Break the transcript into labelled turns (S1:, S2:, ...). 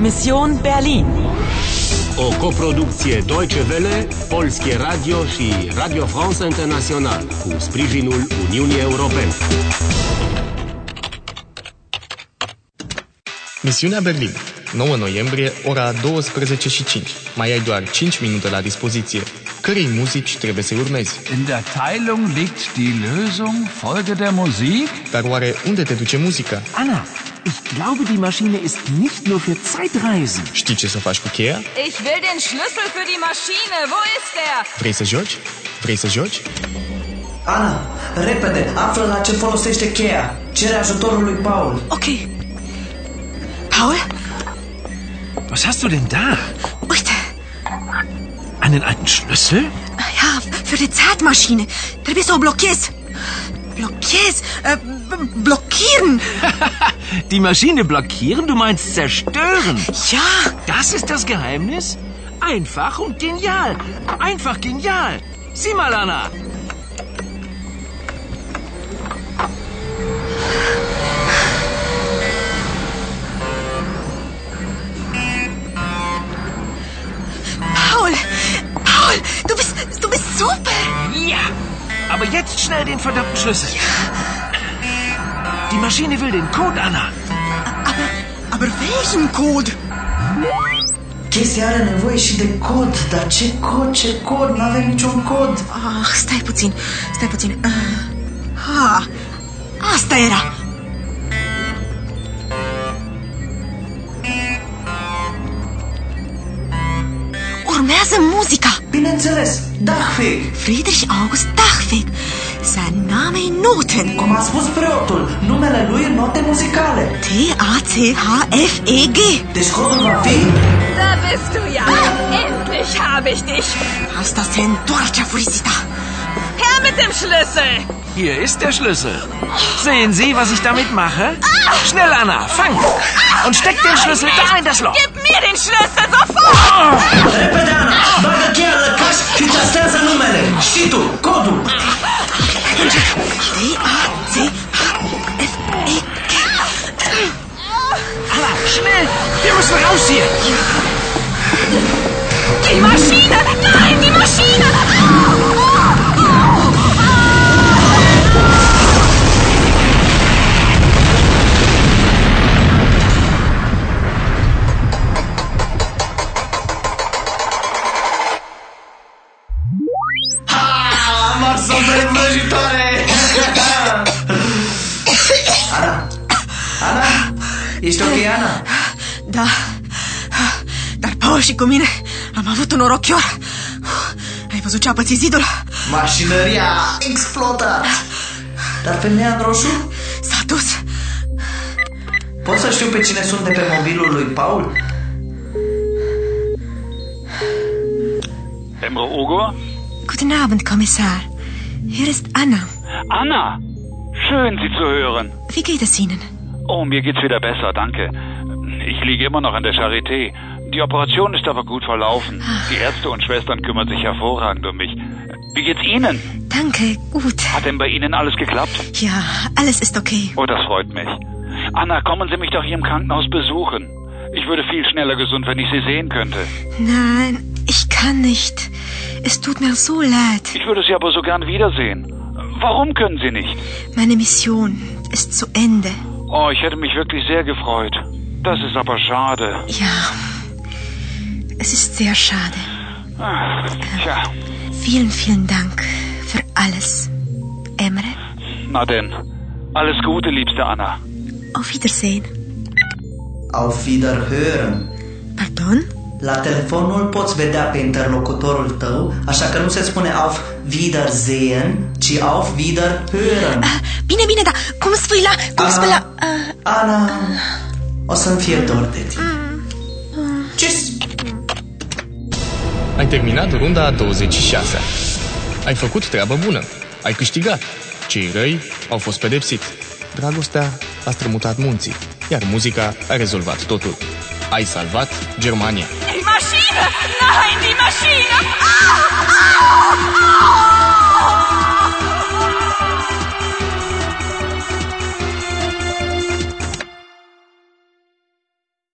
S1: Mission Berlin.
S2: O coproducție Deutsche Welle, Polskie Radio și Radio France International cu sprijinul Uniunii Europene.
S3: Misiunea Berlin, 9 noiembrie, ora 12 și 5. Mai ai doar 5 minute la dispoziție. Cărei muzici trebuie să-i urmezi?
S4: In der Teilung liegt die Lösung. Folge der Musik.
S3: Dar oare unde te duce muzica?
S5: Anna, ich glaube, die Maschine ist nicht nur für Zeitreisen.
S3: Știi ce să faci cu cheia?
S6: Ich will den Schlüssel für die Maschine. Wo ist der?
S3: Vrei să joci? Vrei să joci?
S7: Ana, repede, află la ce folosește cheia. Cere ajutorul lui Paul.
S8: Okay. Paul?
S5: Was hast du denn da?
S8: Uite!
S5: Einen alten Schlüssel?
S8: Ja, für die Zeitmaschine. Trebuie să o blochez. Blochez? Äh, b- blockieren?
S5: Die Maschine blockieren? Du meinst zerstören?
S8: Ja,
S5: Das ist das Geheimnis? Einfach und genial. Einfach genial. Sieh mal, Anna.
S8: Paul! Paul, du bist, du bist super!
S5: Ja. Aber jetzt schnell den verdammten Schlüssel. Die Maschine will den Code, Anna.
S8: Aber, aber welchen Code?
S7: Chestia are nevoie și de cod, dar ce cod, ce cod, n-avem niciun cod.
S8: Ah, stai puțin, stai puțin. Ah, ha, asta era. Urmează muzica.
S7: Bineînțeles, Dachwig,
S8: Friedrich August Dachweg. Sein Name in Noten.
S7: cum a spus preotul, numele lui în note muzicale.
S8: T-A-C-H-F-E-G.
S7: Deci codul va fi...
S6: Da bist du ja. Ah, Endlich habe ich dich.
S8: Asta se întoarce furisita.
S6: Her mit dem Schlüssel.
S5: Hier ist der Schlüssel. Sehen Sie, was ich damit mache? Schnell, Anna, fang! Und steck den Schlüssel da in das Loch.
S6: Gib mir den Schlüssel sofort.
S7: Repede, Ana, bagă cheia la caș și tastează numele. Știi tu, codul.
S8: T-A-C-H-F-E-G.
S5: Anna, schnell! Wir müssen raus hier!
S6: Die Maschine. Nein, die Maschine. Au, au.
S7: Am ars o vrăjitoare. Ana, Ana, ești ok, Ana?
S8: Da. Dar Paul și cu mine ne? am avut un norochior. Ai văzut ce a pățit zidul?
S7: Mașinăria a explodat. Dar femeia în roșu?
S8: S-a dus.
S7: Pot să știu pe cine sunt de pe mobilul lui Paul?
S9: Emre Ugo?
S8: Guten Abend, Kommissar. Hier ist Anna.
S9: Anna! Schön, Sie zu hören.
S8: Wie geht es Ihnen?
S9: Oh, mir geht's wieder besser, danke. Ich liege immer noch an der Charité. Die Operation ist aber gut verlaufen. Die Ärzte und Schwestern kümmern sich hervorragend um mich. Wie geht's Ihnen?
S8: Danke, gut.
S9: Hat denn bei Ihnen alles geklappt?
S8: Ja, alles ist okay.
S9: Oh, das freut mich. Anna, kommen Sie mich doch hier im Krankenhaus besuchen. Ich würde viel schneller gesund, wenn ich Sie sehen könnte.
S8: Nein, ich kann nicht. Es tut mir so leid.
S9: Ich würde Sie aber so gern wiedersehen. Warum können Sie nicht?
S8: Meine Mission ist zu Ende.
S9: Oh, ich hätte mich wirklich sehr gefreut. Das ist aber schade.
S8: Ja, es ist sehr schade.
S9: Ah, Tja.
S8: Vielen, vielen Dank für alles. Emre,
S9: Na denn, alles Gute, liebste Anna.
S8: auf Wiedersehen.
S7: Auf Wiederhören.
S8: Pardon?
S7: La telefon nu-l poți vedea pe interlocutorul tău, așa că nu se spune auf Wiedersehen, ci auf Wiederhören.
S8: Äh, Bine, bine, dar cum spui la... Cum spui la... Uh,
S7: Ana, o să-mi fie dor de tine. Ce
S3: Ai terminat runda a 26 Ai făcut treabă bună. Ai câștigat. Cei răi au fost pedepsiți. Dragostea a strămutat munții, iar muzica a rezolvat totul. Ai salvat Germania.
S6: Die Maschine. Nein, die Maschine. Au, au, au.